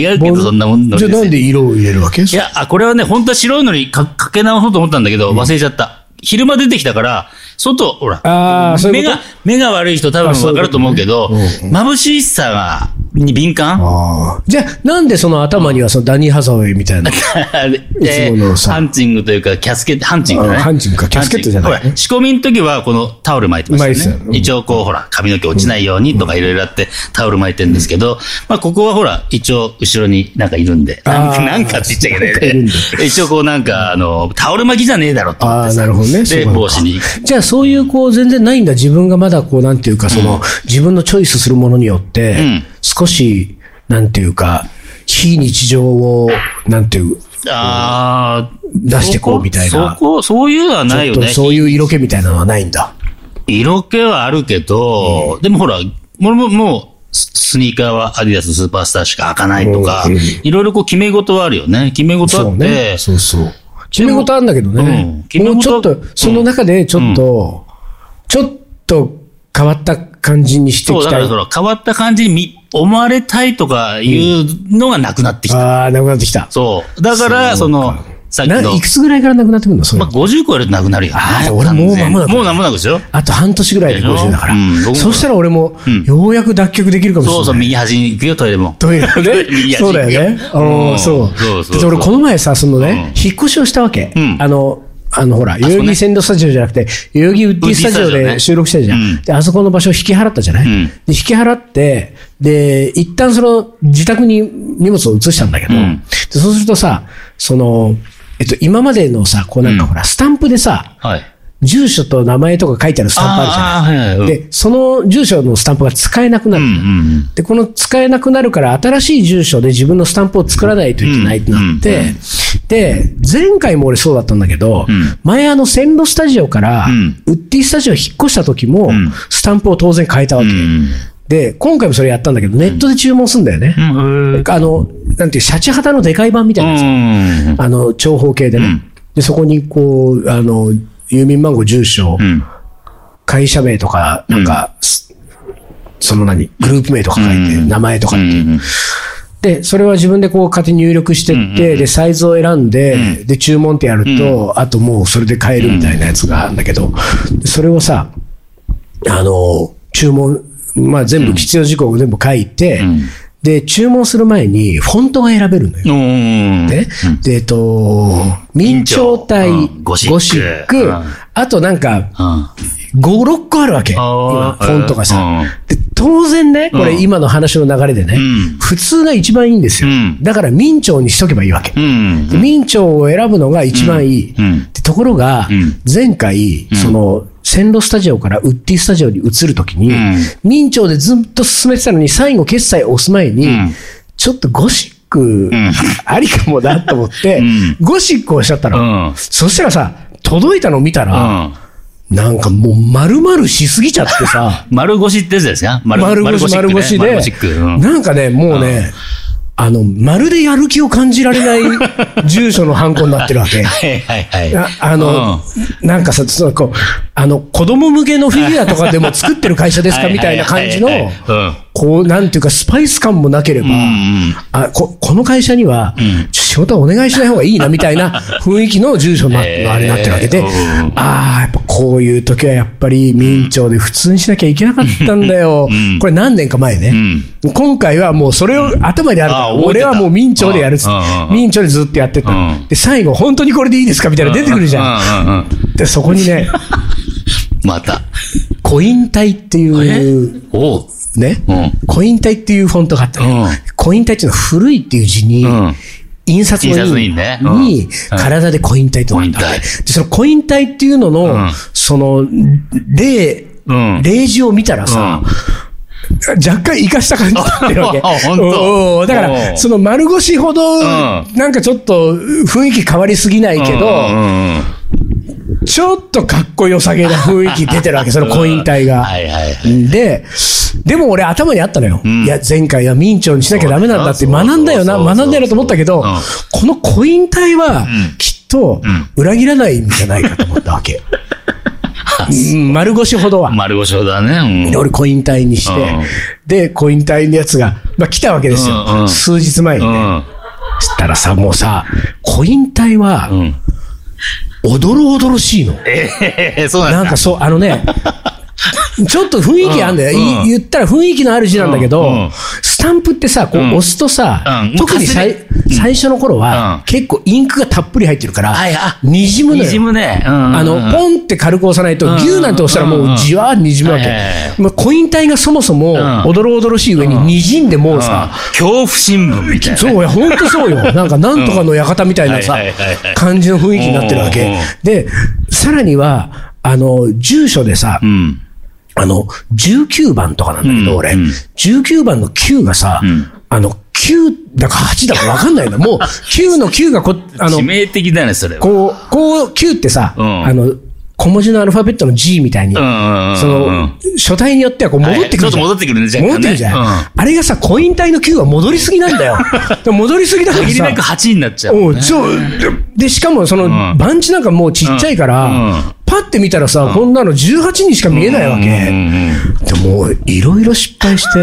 Speaker 2: ど、違うけど、そんなもんの
Speaker 1: じゃあなんで色を入れるわけ
Speaker 2: いや、あ、これはね、本当は白いのにかかけ直そうと思ったんだけど、忘れちゃった。昼間出てきたから、外、ほら、
Speaker 1: ああ、そうい
Speaker 2: 目
Speaker 1: うこ
Speaker 2: が、目が悪い人多分
Speaker 1: あそうい
Speaker 2: わ
Speaker 1: う
Speaker 2: か
Speaker 1: こ
Speaker 2: ると
Speaker 1: と
Speaker 2: 思うけど、眩しさが、に敏感
Speaker 1: ああ。じゃあ、なんでその頭にはそのダニー・ハサウェイみ たいな。
Speaker 2: で
Speaker 1: いつものさ
Speaker 2: ハンチングというか、キャスケット、ハンチングだね。
Speaker 1: あハンチングかキャスケットじゃない
Speaker 2: ハンチングほら仕込みの時は、このタオル巻いてましたよ
Speaker 1: 巻いて
Speaker 2: ね
Speaker 1: た。うん
Speaker 2: 一応こう、ほら、髪の毛落ちないようにとかいろいろあって、タオル巻いてるんですけど、まあ、ここはほら、一応、後ろになんかいるんで、なん
Speaker 1: あ
Speaker 2: か
Speaker 1: ー
Speaker 2: なんかって言っちゃいけ
Speaker 1: なんかい
Speaker 2: ない
Speaker 1: るん
Speaker 2: ね。一応こう、なんか、あの、タオル巻きじゃねえだろと思っ
Speaker 1: あ
Speaker 2: て
Speaker 1: あ、
Speaker 2: さ
Speaker 1: なるほどね。そう
Speaker 2: で、
Speaker 1: なの
Speaker 2: 帽
Speaker 1: か
Speaker 2: 子に。
Speaker 1: じゃあ、そういう、こう、全然ないんだ。自分がまだ、こう、なんていうか、その、自分のチョイスするものによって、
Speaker 2: ん
Speaker 1: 少し、なんていうか、非日常を、なんていう、
Speaker 2: ああ、
Speaker 1: 出してこうみたいな
Speaker 2: そこ、そういうのはないよね。
Speaker 1: そういう色気みたいなのはないんだ。
Speaker 2: 色気はあるけど、でもほら、俺ももう、ススニーカーはアディダススーパースターしか履かないとか
Speaker 1: うん、
Speaker 2: いろいろこう決め事はあるよね。決め事
Speaker 1: そ
Speaker 2: あ
Speaker 1: う
Speaker 2: って
Speaker 1: ね。、そうそう。決め事あるんだけど
Speaker 2: うん
Speaker 1: ね。
Speaker 2: 決め
Speaker 1: も
Speaker 2: 事
Speaker 1: うちょっと、その中で、ちょっと、ちょっと変わった感じにしてい
Speaker 2: そう、
Speaker 1: き
Speaker 2: だか
Speaker 1: た
Speaker 2: ら
Speaker 1: い
Speaker 2: そ。の変わった感じに見思われたいとかいうのがなくなってきた。
Speaker 1: ああ、なくなってきた。
Speaker 2: そう。だから、その、さっき
Speaker 1: な
Speaker 2: の
Speaker 1: い、くつぐらいからなくなってくるのそれ
Speaker 2: まあ、50超えるとなくなるよね
Speaker 1: あ。ー俺もう間もなく
Speaker 2: もう間もなくでしょ
Speaker 1: あと半年ぐらいで
Speaker 2: でしょ
Speaker 1: 50だから。
Speaker 2: うん僕も
Speaker 1: そうしたら俺も、ようやく脱却できるかもしれ
Speaker 2: そ
Speaker 1: な
Speaker 2: う
Speaker 1: い。
Speaker 2: そう、右端に行くよ、トイレも。
Speaker 1: トイレね
Speaker 2: 右足行くよ
Speaker 1: そうだよね。
Speaker 2: う
Speaker 1: うんん、そう。
Speaker 2: そうそう
Speaker 1: で俺この前さ、そのね、
Speaker 2: う
Speaker 1: 引っ越しをしたわけ。
Speaker 2: うん
Speaker 1: あの、あのほら、代々木線路スタジオじゃなくて、代々木ウッディスタジオ
Speaker 2: ウッディスタジオね
Speaker 1: で収録したじゃん。
Speaker 2: うん
Speaker 1: で、あそこの場所を引き払ったじゃない、
Speaker 2: うん
Speaker 1: で、引き払って、で、一旦その自宅に荷物を移したんだけど、
Speaker 2: うん
Speaker 1: でそうするとさ、その、えっと、今までのさ、こうなんかほら、スタンプでさ、
Speaker 2: はい。
Speaker 1: 住所と名前とか書いてあるスタンプあるじゃない
Speaker 2: ああー、はいはいうん。
Speaker 1: で、その住所のスタンプが使えなくな
Speaker 2: う
Speaker 1: る。
Speaker 2: んうんうん。
Speaker 1: で、この使えなくなるから、新しい住所で自分のスタンプを作らないといけないってなって、
Speaker 2: うんうん
Speaker 1: で、前回も俺そうだったんだけど、
Speaker 2: ん
Speaker 1: 前あの線路スタジオから、
Speaker 2: ん
Speaker 1: ウッディスタジオ引っ越した時も、
Speaker 2: ん
Speaker 1: スタンプを当然変えたわけ。
Speaker 2: うん
Speaker 1: で、今回もそれやったんだけど、ネットで注文すんだよね。
Speaker 2: うん。
Speaker 1: あの、なんていう、シャチハタのでかい版みたいなやつ
Speaker 2: うん。
Speaker 1: あの、長方形でね。で、そこに、こう、あの、郵便番号、住所、
Speaker 2: うん。
Speaker 1: 会社名とか、なんか、すその何、グループ名とか書いて、名前とかっていう。で、それは自分でこう勝手に入力してって、で、サイズを選んで、で、注文ってやると、あともうそれで買えるみたいなやつがあるんだけど、でそれをさ、あの、注文、まあ全部必要事項を全部書いて、で、注文する前にフォントが選べるのよ。
Speaker 2: うん。
Speaker 1: ね。で、えっと、明朝体、
Speaker 2: うんゴシック
Speaker 1: ゴシック
Speaker 2: うん
Speaker 1: あとなんか、
Speaker 2: うん。
Speaker 1: 5、6個あるわけ。今
Speaker 2: あー
Speaker 1: フォントがさ
Speaker 2: うん。
Speaker 1: で、当然ね、こ
Speaker 2: う
Speaker 1: れ
Speaker 2: ん
Speaker 1: 今の話の流れでね
Speaker 2: ん、
Speaker 1: 普通が一番いいんですよ
Speaker 2: うん。
Speaker 1: だから明朝にしとけばいいわけ
Speaker 2: う。ん。
Speaker 1: で明朝を選ぶのが一番いい。
Speaker 2: うんうん
Speaker 1: でところが
Speaker 2: ん、
Speaker 1: 前回、その、線路スタジオからウッディスタジオに移るときに、明朝でずっと進めてたのに、最後決済を押す前に、
Speaker 2: ん
Speaker 1: ちょっとゴシック、ありかもなと思って、ゴシックをしちゃったの。
Speaker 2: うん
Speaker 1: そしたらさ、届いたのを見たら、
Speaker 2: うん。、
Speaker 1: なんかもう丸々しすぎちゃってさ
Speaker 2: 丸腰ってやつですか
Speaker 1: 丸腰丸腰で、
Speaker 2: うん。
Speaker 1: なんかね、もうね、あの、まるでやる気を感じられない住所のハンコになってるわけ。
Speaker 2: はいはいはい。
Speaker 1: ああの、なんかさ、そのこう、あの、子供向けのフィギュアとかでも作ってる会社ですかみたいな感じの
Speaker 2: はいはいはいはいうん、
Speaker 1: こう、なんていうか、スパイス感もなければ、
Speaker 2: うん
Speaker 1: あここの会社には、仕事はお願いしない方がいいなみたいな雰囲気の住所のあ
Speaker 2: えー
Speaker 1: のあれになってるわけで、
Speaker 2: うん
Speaker 1: ああ、やっぱこういう時はやっぱり民調で普通にしなきゃいけなかったんだよ。これ何年か前ね、今回はもうそれを頭であるから、
Speaker 2: あー覚えて
Speaker 1: 俺
Speaker 2: た
Speaker 1: はもう民調でやるっつ
Speaker 2: うんうんうん
Speaker 1: 民調でずっとやってた、
Speaker 2: うん
Speaker 1: で、最後、本当にこれでいいですかみたいなの出てくるじゃん。
Speaker 2: うんうんうん。
Speaker 1: で、そこにね、
Speaker 2: また。
Speaker 1: コイン体っていう、
Speaker 2: おう。
Speaker 1: ね、
Speaker 2: うん
Speaker 1: コイン体っていうフォントがあったのよ、
Speaker 2: うん
Speaker 1: コイン体っていうのは古いっていう字に、
Speaker 2: うん
Speaker 1: 印刷
Speaker 2: 印刷の
Speaker 1: の
Speaker 2: 印
Speaker 1: 印
Speaker 2: ね
Speaker 1: に、
Speaker 2: うん
Speaker 1: 体でコイン体となったわけ
Speaker 2: コイン
Speaker 1: で、そのコイン体っていうのの、
Speaker 2: ん
Speaker 1: その、例、
Speaker 2: うん
Speaker 1: 例示を見たらさ、若干生かした感じになってるわけ。
Speaker 2: あ本当
Speaker 1: おうおうだか
Speaker 2: おう
Speaker 1: ら、その丸腰ほど、
Speaker 2: ん
Speaker 1: なんかちょっと雰囲気変わりすぎないけど、
Speaker 2: うんうんうん
Speaker 1: ちょっとかっこよさげな雰囲気出てるわけ、そのコイン体が。
Speaker 2: はいはいはい。
Speaker 1: で、でも俺頭にあったのよ。いや、前回は明朝にしなきゃダメなんだって
Speaker 2: そうだよ
Speaker 1: 学んだよな、
Speaker 2: そうそうそう
Speaker 1: 学んだよなと思ったけど、
Speaker 2: うん
Speaker 1: このコイン体は、きっと、裏切らないんじゃないかと思ったわ け。うん丸腰ほどは。
Speaker 2: 丸腰だね。
Speaker 1: で、
Speaker 2: うん
Speaker 1: 俺コイン体にして、
Speaker 2: うん
Speaker 1: で、コイン体のやつが、まあ、来たわけですよ。
Speaker 2: うんうん
Speaker 1: 数日前に
Speaker 2: う
Speaker 1: ね。
Speaker 2: ん。
Speaker 1: そしたらさ、もうさ、コイン体は、
Speaker 2: ん
Speaker 1: おどろおどろしいの。
Speaker 2: え え、そうなんだ
Speaker 1: なんかそう、あの ね、ちょっと雰囲気あんだよ。
Speaker 2: うん
Speaker 1: い言ったら雰囲気のある字なんだけど、
Speaker 2: うんうん
Speaker 1: スタンプってさ、こう押すとさ、
Speaker 2: うん
Speaker 1: 特にさい
Speaker 2: かすれ
Speaker 1: 最初の頃
Speaker 2: うん
Speaker 1: は、結構インクがたっぷり入ってるから
Speaker 2: はいあ、
Speaker 1: にじむの
Speaker 2: に
Speaker 1: よ
Speaker 2: じ。むね。うん
Speaker 1: あの、ポンって軽く押さないと、ギューなんて押したらもうじわーにじむわ
Speaker 2: うんうん
Speaker 1: け。まあコイン体がそもそも、おどろおどろしい上ににじんでもうさ、
Speaker 2: 恐怖新聞みたいな。
Speaker 1: そうや、ほんとそうよ。なんか、なんとかの館みたいなさ
Speaker 2: はいはいはいはい、
Speaker 1: 感じの雰囲気になってるわ
Speaker 2: うんうん
Speaker 1: け
Speaker 2: うん。
Speaker 1: で、さらには、あの、住所でさ
Speaker 2: う、ん。
Speaker 1: あの、19番とかなんだけ
Speaker 2: うん
Speaker 1: ど、俺、
Speaker 2: うん
Speaker 1: 19番の9がさ、あの、9だか8だかわかんないの。もう、9の9がこ、あの
Speaker 2: 致、命的だね、それは。
Speaker 1: こう、こう、9ってさ、
Speaker 2: うん
Speaker 1: あの、小文字のアルファベットの G みたいに、
Speaker 2: うんうんうん
Speaker 1: その、書体によってはこう戻ってくるじゃん。
Speaker 2: はいはいちょっと戻ってくるね若干ね
Speaker 1: 戻ってくるじゃん。
Speaker 2: うん
Speaker 1: あれがさ、コイン体の9は戻りすぎなんだ よ。でも戻りすぎだから
Speaker 2: 限り
Speaker 1: さ
Speaker 2: なく。8になっちゃう。
Speaker 1: おうそうで、しかもその、
Speaker 2: ん
Speaker 1: バンチなんかもうちっちゃいから、
Speaker 2: うんうん
Speaker 1: パッて見たらさ、こんなの18にしか見えないわけ。
Speaker 2: うんうん
Speaker 1: でも、いろいろ失敗 して、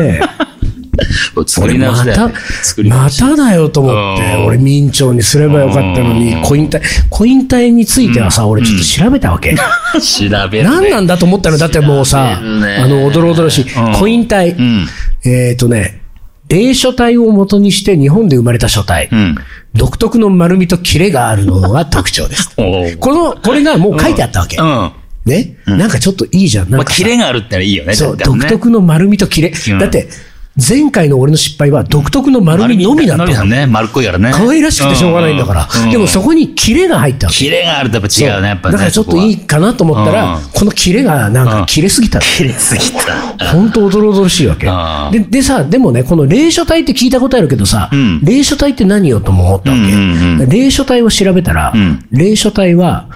Speaker 2: うん作
Speaker 1: 俺
Speaker 2: り直
Speaker 1: ま
Speaker 2: しだよ
Speaker 1: た、
Speaker 2: ね。作り直し
Speaker 1: まただよと思って、
Speaker 2: うん
Speaker 1: 俺民調にすればよかったのに、コイン体、コイン体についてはさ、俺ちょっと調べたわけ。
Speaker 2: 調べるね。
Speaker 1: 何なんだと思ったのだってもうさ、
Speaker 2: 調べるね
Speaker 1: あの、おどろおどろしい、
Speaker 2: うん
Speaker 1: コイン体。
Speaker 2: ん
Speaker 1: えっ、とね、英書体を元にして日本で生まれた書体。
Speaker 2: うん。
Speaker 1: 独特の丸みとキレがあるのが特徴です。
Speaker 2: おう
Speaker 1: この、これがもう書いてあったわけ。
Speaker 2: うん。ま
Speaker 1: ね、なんかちょっといいじゃん。なん
Speaker 2: あ、
Speaker 1: かさ
Speaker 2: キレがあるってのはいいよね。
Speaker 1: そう、
Speaker 2: だってね
Speaker 1: 独特の丸みとキレ。
Speaker 2: うん
Speaker 1: だって、前回の俺の失敗は独特の丸みのみだった
Speaker 2: 丸みね。丸っこいからね。
Speaker 1: 可愛らしくてしょうがないんだから
Speaker 2: う。
Speaker 1: でもそこにキレが入ったわけ。
Speaker 2: キレがあるとやっぱ違うね、やっぱね。
Speaker 1: だからちょっといいかなと思ったら
Speaker 2: うん、
Speaker 1: このキレがなん
Speaker 2: うん
Speaker 1: かキレすぎたの。
Speaker 2: キレすぎた。
Speaker 1: 本当驚々しいわけ
Speaker 2: うん。
Speaker 1: で、でさ、でもね、この霊書体って聞いたことあるけどさ
Speaker 2: ん、
Speaker 1: 霊書体って何よとも思ったわ
Speaker 2: うん
Speaker 1: け。霊書体を調べたら
Speaker 2: ん、
Speaker 1: 霊書体は、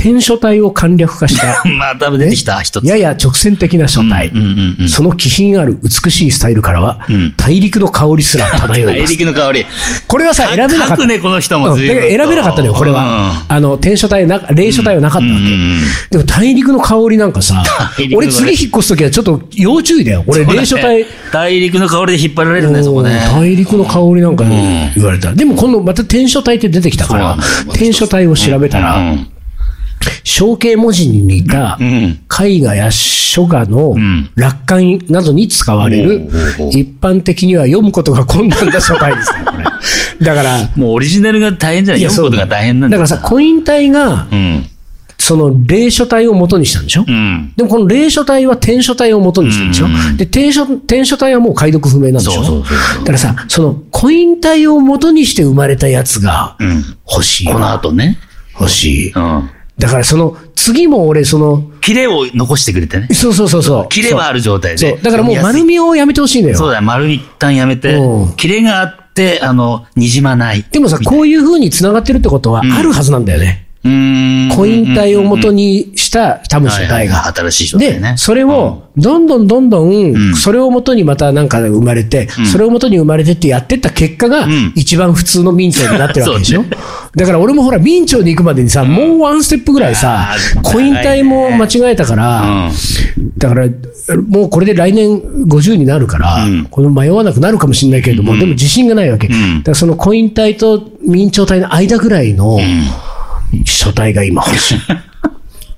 Speaker 1: 転書体を簡略化 した。
Speaker 2: また出てきた、一つ。
Speaker 1: やや直線的な書体、
Speaker 2: うんうんうん
Speaker 1: その気品ある美しいスタイルからは、大陸の香りすら漂い
Speaker 2: 大
Speaker 1: ます。
Speaker 2: 力の香り。
Speaker 1: これはさ、
Speaker 2: か
Speaker 1: 選べなかっ
Speaker 2: か
Speaker 1: た。
Speaker 2: くねこの人も
Speaker 1: うんだから選べなかったのよ、これは。あの、転書体な、霊書体はなかったわけ。でも、大陸の香りなんかさ
Speaker 2: 大陸、の
Speaker 1: 俺次引っ越すときはちょっと要注意だよ。俺、霊書体。
Speaker 2: 大陸の香りで引っ張られるね、そこね。
Speaker 1: うん大陸の香りなんかね言われた。でも今度また転書体って出てきたから
Speaker 2: そうなんだ、よ
Speaker 1: 転書体を調べたら、
Speaker 2: うん
Speaker 1: 象形文字に似た
Speaker 2: ん
Speaker 1: 絵画や書画の
Speaker 2: ん
Speaker 1: 楽観などに使われる
Speaker 2: おうおうおう
Speaker 1: 一般的には読むことが困難な書体ですね、こ れ。だから、
Speaker 2: もうオリジナルが大変じゃない読むことが大変なん
Speaker 1: だ
Speaker 2: だ
Speaker 1: から
Speaker 2: よ。
Speaker 1: さ、コイン体が
Speaker 2: うん。
Speaker 1: その霊書体を元にしたんでしょ
Speaker 2: うん。
Speaker 1: でもこの霊書体は転書体を元にしてるでしょで、転書、転書体はもう解読不明なんでしょ
Speaker 2: そうそうそう
Speaker 1: だからさ、そのコイン体を元にして生まれたやつが
Speaker 2: うん。
Speaker 1: 欲しい
Speaker 2: この
Speaker 1: わ。
Speaker 2: 後ね。
Speaker 1: 欲しい。
Speaker 2: うん。
Speaker 1: だからその、次も俺その、
Speaker 2: キレを残してくれてね。
Speaker 1: そうそうそうそう。
Speaker 2: キレはある状態
Speaker 1: そ
Speaker 2: で。
Speaker 1: う。だからもう丸
Speaker 2: 見
Speaker 1: み
Speaker 2: や
Speaker 1: をやめてほしいの
Speaker 2: すいそう
Speaker 1: よ。
Speaker 2: だよ、丸一旦やめて
Speaker 1: うん。
Speaker 2: キレがあって、あの、にじまない。
Speaker 1: でもさ、こういう風に繋がってるってことはあるはずなんだよね。
Speaker 2: うーん。
Speaker 1: コイン体を元にした多分書
Speaker 2: はいはい
Speaker 1: 体が。
Speaker 2: 新しい状態ね
Speaker 1: で、。それを、どんどんどんどん、それを元にまたなんか生まれて、それを元に生まれてってやってった結果が
Speaker 2: ん、
Speaker 1: 一番普通の明朝になってるわけでしょだから俺もほら、明朝に行くまでにさ、もうワンステップぐらいさ
Speaker 2: いや、ー
Speaker 1: コイン体も間違えたか
Speaker 2: う
Speaker 1: ら、
Speaker 2: ん。
Speaker 1: だから、もうこれで来年50になるから、この迷わなくなるかもしれないけれども、でも自信がないわけ。だからそのコイン体と明朝体の間ぐらいの書体が今欲し い。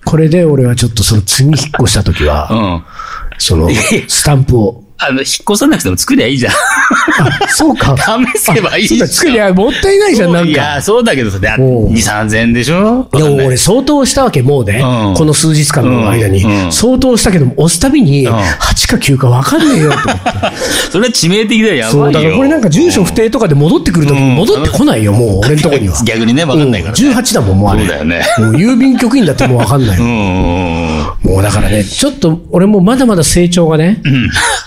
Speaker 1: これで俺はちょっとその次引っ越した時
Speaker 2: う
Speaker 1: は、
Speaker 2: ん。
Speaker 1: そのスタンプを。
Speaker 2: あの、引っ越さなくても作りゃいいじゃん。
Speaker 1: あ、そうか。
Speaker 2: 試せばいいじゃん。
Speaker 1: 作りゃもったいないじゃん、なん
Speaker 2: い
Speaker 1: か。
Speaker 2: や、そうだけどさ、であ
Speaker 1: おう
Speaker 2: 2、3000円でしょ
Speaker 1: いや、俺相当したわけ、もうね
Speaker 2: うん。
Speaker 1: この数日間の間に
Speaker 2: うんう。ん
Speaker 1: 相当したけども、押すたびに、
Speaker 2: うん
Speaker 1: 8か9か分かんねえよ、と思って。
Speaker 2: それは致命的だよ、やばい
Speaker 1: そ
Speaker 2: よ。
Speaker 1: う、だからこれなんか住所不定とかで戻ってくるとき、
Speaker 2: うん
Speaker 1: 戻ってこないよ、もう俺のとこには。
Speaker 2: 逆にね、わかんないからね。
Speaker 1: 18だもん、もうあれ。
Speaker 2: そうだよね
Speaker 1: もう郵便局員だってもうわかんない。
Speaker 2: うんうんうん。
Speaker 1: もうだからね、ちょっと俺もまだまだ成長がね、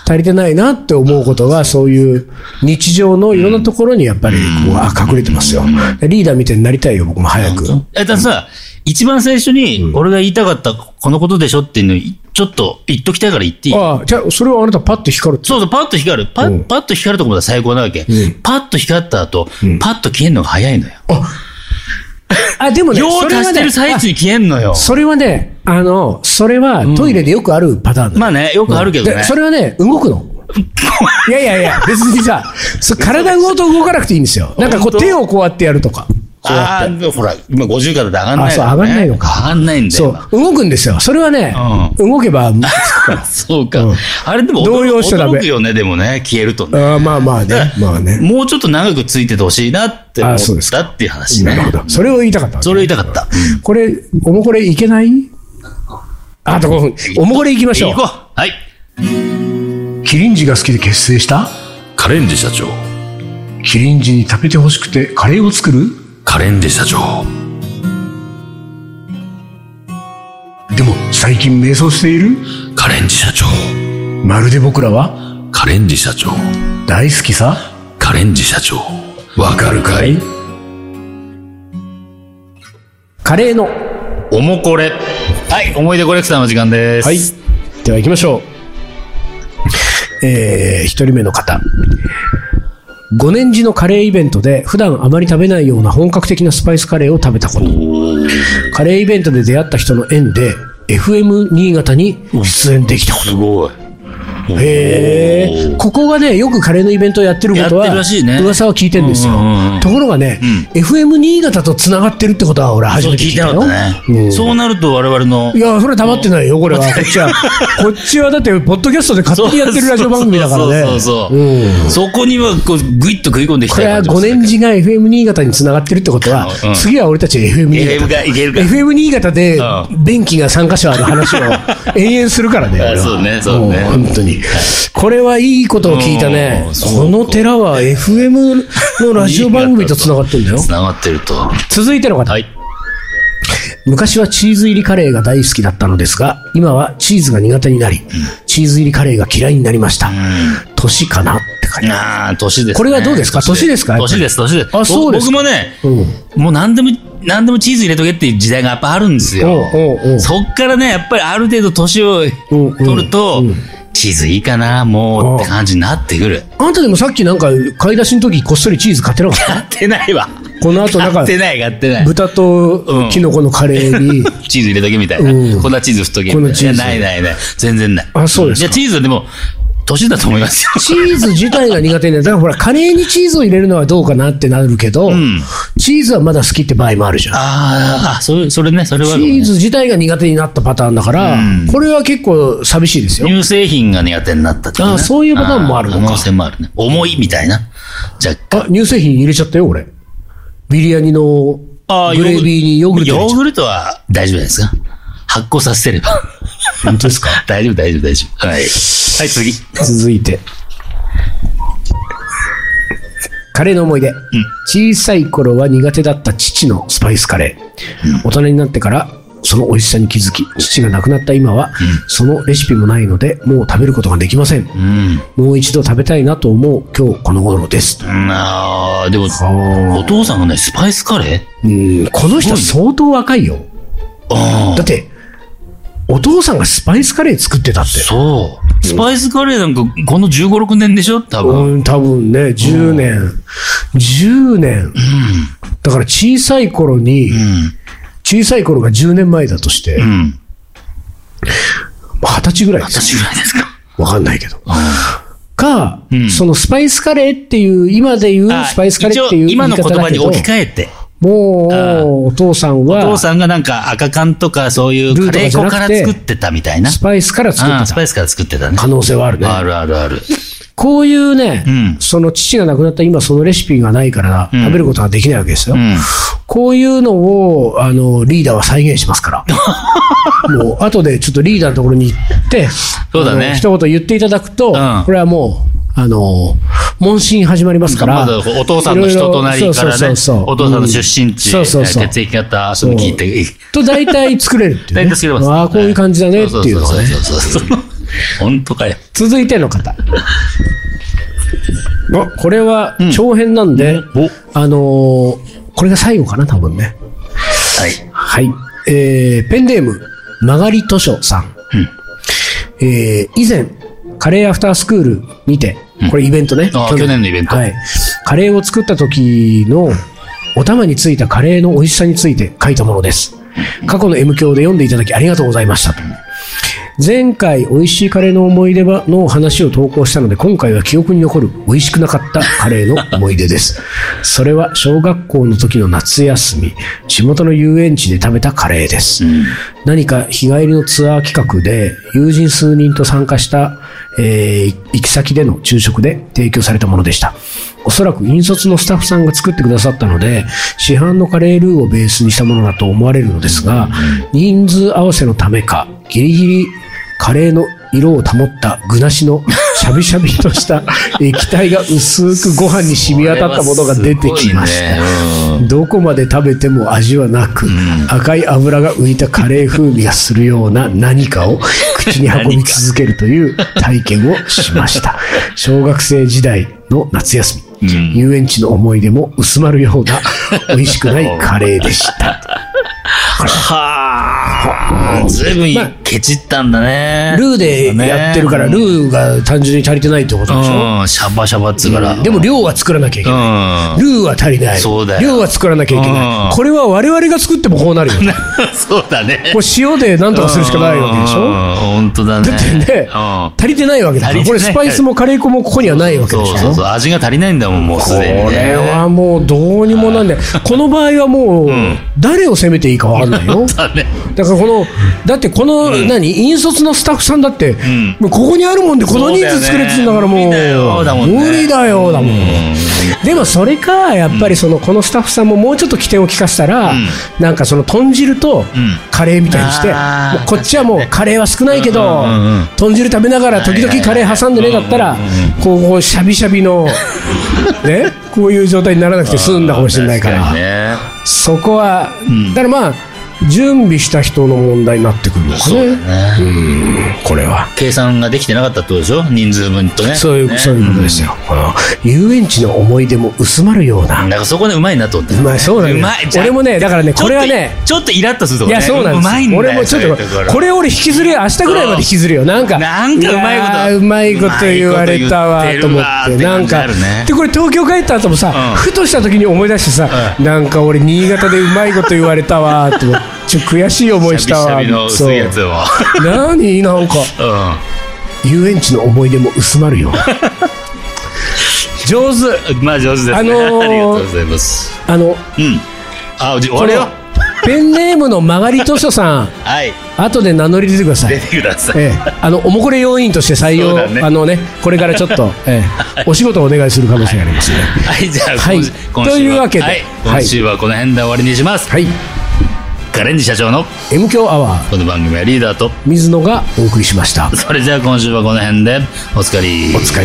Speaker 1: 足りてないなって思うことが、そういう日常のいろんなところにやっぱりこうあ隠れてますよ。でリーダーみたいになりたいよ、僕も早く。
Speaker 2: え、ださ、一番最初に、俺が言いたかった、このことでしょっていうのを、ちょっと言っときたいから言っていい
Speaker 1: ああ、じゃあ、それはあなたパッと光るって。
Speaker 2: そうそう、パッと光る。パッ、パッと光るところが最高なわけ。パッと光った後、パッと消えんのが早いのよ。
Speaker 1: あ、でもね、
Speaker 2: 用
Speaker 1: そ
Speaker 2: を
Speaker 1: れ
Speaker 2: 足
Speaker 1: は
Speaker 2: して
Speaker 1: ね
Speaker 2: る、最中に消えんのよ
Speaker 1: あ。それはね、あの、それはトイレでよくあるパターンだ
Speaker 2: まあね、よくあるけどね
Speaker 1: で。それはね、動く の。いやいやいや、別にさ、そう体動くと動かなくていいんですよ。なんかこ
Speaker 2: 本当
Speaker 1: う手をこうやってやるとか。こうや
Speaker 2: ああー、ほら、今50からで上がんない、
Speaker 1: あそう上がんないのか
Speaker 2: 上がんないんだ
Speaker 1: そ
Speaker 2: よ。
Speaker 1: う、動くんですよ。それはね、動けば、
Speaker 2: そうか。あれでも驚
Speaker 1: 動揺しちゃダメ
Speaker 2: 驚くよね、でもね、消えるとね。
Speaker 1: あーまあまあね。まあね。
Speaker 2: もうちょっと長くついててほしいなって思
Speaker 1: あそう
Speaker 2: っ
Speaker 1: です
Speaker 2: たっていう話
Speaker 1: なる。
Speaker 2: ね
Speaker 1: ほど。それを言いたかったわけね。
Speaker 2: それを言いたかった。
Speaker 1: これ、おもこれいけないあと5分。おもこれいきましょ
Speaker 2: 行こ
Speaker 1: う。
Speaker 2: う。はい。
Speaker 1: キリンジが好きで結成した
Speaker 3: カレンジ社長
Speaker 1: キリンジに食べてほしくてカレーを作る
Speaker 3: カレンジ社長
Speaker 1: でも最近迷走している
Speaker 3: カレンジ社長
Speaker 1: まるで僕らは
Speaker 3: カレンジ社長
Speaker 1: 大好きさ。
Speaker 3: カレンジ社長わかるかい
Speaker 1: カレーの。
Speaker 2: おもこれ。はい、思い出コレクターの時間です。
Speaker 1: はい。では行きましょう。えー、一人目の方。5年次のカレーイベントで普段あまり食べないような本格的なスパイスカレーを食べたこと。カレーイベントで出会った人の縁で FM 新潟に出演できたこと。
Speaker 3: すごい
Speaker 1: へえ。ここがね、よくカレーのイベントをやってることは、
Speaker 2: やってるらしいね
Speaker 1: 噂は聞いてるんですよ
Speaker 2: うんうんう。ん
Speaker 1: ところがね、FM 新潟と繋がってるってことは俺初
Speaker 2: そう
Speaker 1: めて
Speaker 2: 聞
Speaker 1: 聞
Speaker 2: い
Speaker 1: い
Speaker 2: て
Speaker 1: た
Speaker 2: なか
Speaker 1: よ。
Speaker 2: ったね。そうなると我々の
Speaker 1: い。や、それ溜まってないよ、これは。 こっちは。こっちはだって、ポッドキャストで勝手にやってるラジオ番組だからね。
Speaker 2: そうそうそう
Speaker 1: うん
Speaker 2: そうそこにはこうグイッと食い込んでき
Speaker 1: こ
Speaker 2: た
Speaker 1: れは
Speaker 2: 感じ
Speaker 1: 5
Speaker 2: もする
Speaker 1: 年次が FM 新潟に繋がってるってことは
Speaker 2: う、ん
Speaker 1: 次は俺たち FM 新
Speaker 2: FM
Speaker 1: 潟。
Speaker 2: がいけるか。
Speaker 1: FM 新潟で
Speaker 2: う、
Speaker 1: 便器が3カ所ある話を 延々するからね。俺は
Speaker 2: そうねそう
Speaker 1: も
Speaker 2: ね
Speaker 1: 本当に。これはいいことを聞いたね
Speaker 2: う。んそ
Speaker 1: こ
Speaker 2: う
Speaker 1: の寺は FM のラジオ番組と繋がってるんだよ。
Speaker 2: 繋がってると。は
Speaker 1: 続いての方。
Speaker 2: い。
Speaker 1: 昔はチーズ入りカレーが大好きだったのですが、今はチーズが苦手になり、チーズ入りカレーが嫌いになりました。年かなって感じ。
Speaker 2: ああ、年です、ね。
Speaker 1: これはどうですか年ですか
Speaker 2: 年です、年です。
Speaker 1: あそうですか
Speaker 2: 僕僕もね、
Speaker 1: う
Speaker 2: もう何でも、何でもチーズ入れとけっていう時代がやっぱあるんですよ。
Speaker 1: おうおうおう
Speaker 2: そっからね、やっぱりある程度年を
Speaker 1: うんうん
Speaker 2: 取ると、チーズいいかな、もうって感じになってくる。
Speaker 1: あんたでもさっきなんか買い出しの時こっそりチーズ買ってなかっ
Speaker 2: 買ってないわ。
Speaker 1: たこの後なん
Speaker 2: 買
Speaker 1: か
Speaker 2: ってない、買ってない。
Speaker 1: 豚とキノコのカレー に、
Speaker 2: チーズ入れとけみたい
Speaker 1: うん
Speaker 2: な。こんなチーズ振っとけみたい
Speaker 1: こ
Speaker 2: な。
Speaker 1: の
Speaker 2: い
Speaker 1: チー
Speaker 2: や、
Speaker 1: ズ
Speaker 2: ないないない。全然ない。
Speaker 1: あそうですか
Speaker 2: いや、チーズはでも、年だと思 いますよ。
Speaker 1: チーズ自体が苦手で、だからほらカレーにチーズを入れるのはどうかなってなるけど、チーズはまだ好きって場合もあるじゃん。
Speaker 2: あーあ、それ、それね、それはあ
Speaker 1: チ
Speaker 2: るわね、
Speaker 1: ーズ自体が苦手になったパターンだから、これは結構寂しいですよ。
Speaker 2: 乳製品が苦手になったとか、ね。
Speaker 1: あそういうパターンもあるのか
Speaker 2: 可能性もあるね。重いみたいな。じゃ
Speaker 1: あ、乳製品入れちゃったよ、俺。ビリヤニの
Speaker 2: あ、
Speaker 1: グレービーにヨーグルト入
Speaker 2: ヨ
Speaker 1: れちゃ
Speaker 2: ー
Speaker 1: っ
Speaker 2: グルトは大丈夫じゃないですか。発酵させてれば。
Speaker 1: た。本当ですか
Speaker 2: 大丈夫、大丈夫、大丈夫。はい。はい、次。
Speaker 1: 続いて。カレーの思い出、小さい頃は苦手だった父のスパイスカレー。大人になってから、その美味しさに気づき、父が亡くなった今は、そのレシピもないので、もう食べることができません。
Speaker 2: うん。
Speaker 1: もう一度食べたいなと思う今日この頃です。
Speaker 2: まあ、でも、
Speaker 1: あー
Speaker 2: お父さんがね、スパイスカレー
Speaker 1: うん、この人相当若いよ。
Speaker 2: ああ、
Speaker 1: だって、お父さんがスパイスカレー作ってたって。
Speaker 2: そう。スパイスカレーなんか、この15、6年でしょ多分。
Speaker 1: うん、多分ね、10年。10年。だから小さい頃に、小さい頃が10年前だとして、
Speaker 2: う
Speaker 1: ま
Speaker 2: ん。
Speaker 1: あ二十歳ぐらいですよ。
Speaker 2: 私ぐらいですか。
Speaker 1: わかんないけど。か、そのスパイスカレーっていう、今で言う
Speaker 2: あ
Speaker 1: スパイスカレーっていう
Speaker 2: 一
Speaker 1: 言い
Speaker 2: 応今
Speaker 1: 方
Speaker 2: の言
Speaker 1: だ
Speaker 2: 葉
Speaker 1: け
Speaker 2: に
Speaker 1: ど
Speaker 2: 置、き換えて。
Speaker 1: もうお父さん
Speaker 2: お
Speaker 1: は
Speaker 2: 父さんがなんか赤缶とかそういう
Speaker 1: ルー
Speaker 2: カ
Speaker 1: と
Speaker 2: レ
Speaker 1: か
Speaker 2: ー
Speaker 1: じゃ
Speaker 2: 粉
Speaker 1: なくて
Speaker 2: から作ってたみたいな。
Speaker 1: スパイスから作
Speaker 2: あ
Speaker 1: っ
Speaker 2: あ
Speaker 1: て
Speaker 2: ス
Speaker 1: た
Speaker 2: パイスから作ってたね。
Speaker 1: 可能性はあるね。
Speaker 2: あるあるある。
Speaker 1: こういうね、
Speaker 2: ん
Speaker 1: その父が亡くなった今そのレシピがないから食べることができないわけですよ。
Speaker 2: ん
Speaker 1: こういうのを、あの、リーダーは再現します から。もう、後でちょっとリーダーのところに行って、
Speaker 2: そうだね
Speaker 1: あの一言言っていただくと、
Speaker 2: ん
Speaker 1: これはもう、あの、問診始まりますから。
Speaker 2: まずお父さんの人となり
Speaker 1: いろい
Speaker 2: から
Speaker 1: ろそうそ
Speaker 2: ね
Speaker 1: うそう、
Speaker 2: お父さんの出身地、
Speaker 1: うんそうそうそう
Speaker 2: 血液型、そういうの聞いて、
Speaker 1: と大体作れるっていう、ね。
Speaker 2: 大体作れます。
Speaker 1: ああ、こういう感じだねっていうのがね。
Speaker 2: そうそうそうそう。本当かよ。
Speaker 1: 続いての方。これは長編なんで、あのーこれが最後かな、多分ね。
Speaker 2: はい。
Speaker 1: はい。えーペンネーム、曲がり図書さん。えー以前、カレーアフタースクールにて、これイベントね。
Speaker 2: あー去年のイベント
Speaker 1: はい。カレーを作った時の、お玉についたカレーの美味しさについて書いたものです。過去の M 教で読んでいただきありがとうございましたと。前回美味しいカレーの思い出はの話を投稿したので、今回は記憶に残る美味しくなかったカレーの思い出です。それは小学校の時の夏休み、地元の遊園地で食べたカレーです。何か日帰りのツアー企画で、友人数人と参加した、えー行き先での昼食で提供されたものでした。おそらく引率のスタッフさんが作ってくださったので、市販のカレールーをベースにしたものだと思われるのですが、人数合わせのためか、ギリギリカレーの色を保った具なしのしゃびしゃびとした液体が薄くご飯に染み渡ったものが出てきました。
Speaker 2: それはすごいね
Speaker 1: どこまで食べても味はなく、赤い油が浮いたカレー風味がするような何かを口に運び続けるという体験をしま した。小学生時代の夏休み、遊園地の思い出も薄まるような美味しくないカレーでした。
Speaker 2: はあ、ずいぶんケチったんだね。
Speaker 1: ルーでやってるから、ル
Speaker 2: ー
Speaker 1: ーが単純に足りてないってことでしょ、
Speaker 2: うん、シャバシャバっつうから。
Speaker 1: でも量は作らなきゃいけ
Speaker 2: う
Speaker 1: ない。
Speaker 2: ん。
Speaker 1: ルーは足りない。
Speaker 2: そうだよ
Speaker 1: 量は作らなきゃいけな
Speaker 2: う
Speaker 1: い。
Speaker 2: ん
Speaker 1: これは我々が作ってもこうなる よね。
Speaker 2: そうだね。
Speaker 1: これ塩でなんとかするしかないわけでし
Speaker 2: うん
Speaker 1: ょ
Speaker 2: 本当だね。
Speaker 1: だってね
Speaker 2: うん
Speaker 1: 足りてないわけだか
Speaker 2: 足
Speaker 1: ら、
Speaker 2: り
Speaker 1: こ
Speaker 2: てな
Speaker 1: れス
Speaker 2: い
Speaker 1: パイスもカレー粉もここにはないわけ
Speaker 2: そ
Speaker 1: で
Speaker 2: う
Speaker 1: しょ。
Speaker 2: そうそう。味が足りないんだもん、もうす
Speaker 1: こ
Speaker 2: でにね。
Speaker 1: れはもうどうにもなんない。この場合はもう、誰を責めていいかわかんない よ。
Speaker 2: だね。
Speaker 1: だからこの、だってこの、何、引率のスタッフさんだって、もうここにあるもんで、この人数作れてんだからもう、
Speaker 2: そうだよね
Speaker 1: 無
Speaker 2: 無
Speaker 1: 理
Speaker 2: 理
Speaker 1: だよ、だもん。でもそれか、やっぱりその、このスタッフさんももうちょっと起点を利かしたら、なんかその豚汁と
Speaker 2: ん
Speaker 1: カレーみたいにして、
Speaker 2: あー
Speaker 1: もうこっちはもうカレーは少ないけど、
Speaker 2: うんうんうん
Speaker 1: 豚汁食べながら時
Speaker 2: はい
Speaker 1: 々
Speaker 2: はいは
Speaker 1: カ
Speaker 2: い
Speaker 1: レー挟んでねだったら、こう、こうしゃびしゃび の、ね、こういう状態にならなくて済んだかもしれないから。
Speaker 2: 確にね。
Speaker 1: そこは、
Speaker 2: ん
Speaker 1: だからまあ、準備した人の問題になってくるのか
Speaker 2: そう
Speaker 1: ね、
Speaker 2: だね。
Speaker 1: これは。
Speaker 2: 計算ができてなかったってことでしょ人数分とね。
Speaker 1: そういう、
Speaker 2: ね
Speaker 1: そういうことですよ、この遊園地の思い出も薄まるような。
Speaker 2: なんかそこでうまいなと思って。
Speaker 1: うまい、そうなん
Speaker 2: う
Speaker 1: だ
Speaker 2: まい。じゃん
Speaker 1: 俺もね、だからね、これはね、
Speaker 2: ちょっとちょっとイラッとすると
Speaker 1: い
Speaker 2: こね
Speaker 1: や、そうなんです
Speaker 2: うまいんだよ。
Speaker 1: 俺もちょっと
Speaker 2: そういうころ、
Speaker 1: これ俺引きずるよ。明日ぐらいまで引きずるよ。なんか、
Speaker 2: なんかうまいこと
Speaker 1: やーうまいこと言われたわ、と
Speaker 2: う
Speaker 1: 思
Speaker 2: ま
Speaker 1: って。
Speaker 2: いこと言ってる
Speaker 1: な
Speaker 2: わー
Speaker 1: ん
Speaker 2: って感じ
Speaker 1: か
Speaker 2: あるね、
Speaker 1: で、これ東京帰った後もさ
Speaker 2: う、ん
Speaker 1: ふとした時に思い出してさ、なんか俺新潟でうまいこと言われたわ、と思って、 ちょっと悔しい思いしたわ。
Speaker 2: 久々の薄いやつを。
Speaker 1: そう何なんか、遊園地の思い出も薄まるよ。上手。
Speaker 2: うん。まあ上手ですね。
Speaker 1: あ
Speaker 2: あ
Speaker 1: のー
Speaker 2: りがとうございます。
Speaker 1: あの、
Speaker 2: うん。あ、じ終わ
Speaker 1: こ
Speaker 2: るよ
Speaker 1: の。ペンネームの曲がり図書さん、
Speaker 2: はい。
Speaker 1: 後で名乗り出てください
Speaker 2: 出。てください。
Speaker 1: ええ、あのおもこれ要員として採
Speaker 2: そう
Speaker 1: 用、
Speaker 2: だね
Speaker 1: あのね、これからちょっと、ええ、 お仕事をお願いする可能性がありますね。
Speaker 2: はい、じゃあ、
Speaker 1: はい
Speaker 2: 今週今週
Speaker 1: というわけで
Speaker 2: はい
Speaker 1: はい
Speaker 2: 今週はこの辺で終わりにします。
Speaker 1: はい、
Speaker 2: ガレンジ社長の
Speaker 1: M 強アワー
Speaker 2: この番組はリーダーと、
Speaker 1: 水野がお送りしました。
Speaker 2: それじゃあ今週はこの辺で、おつかり。
Speaker 1: お使い。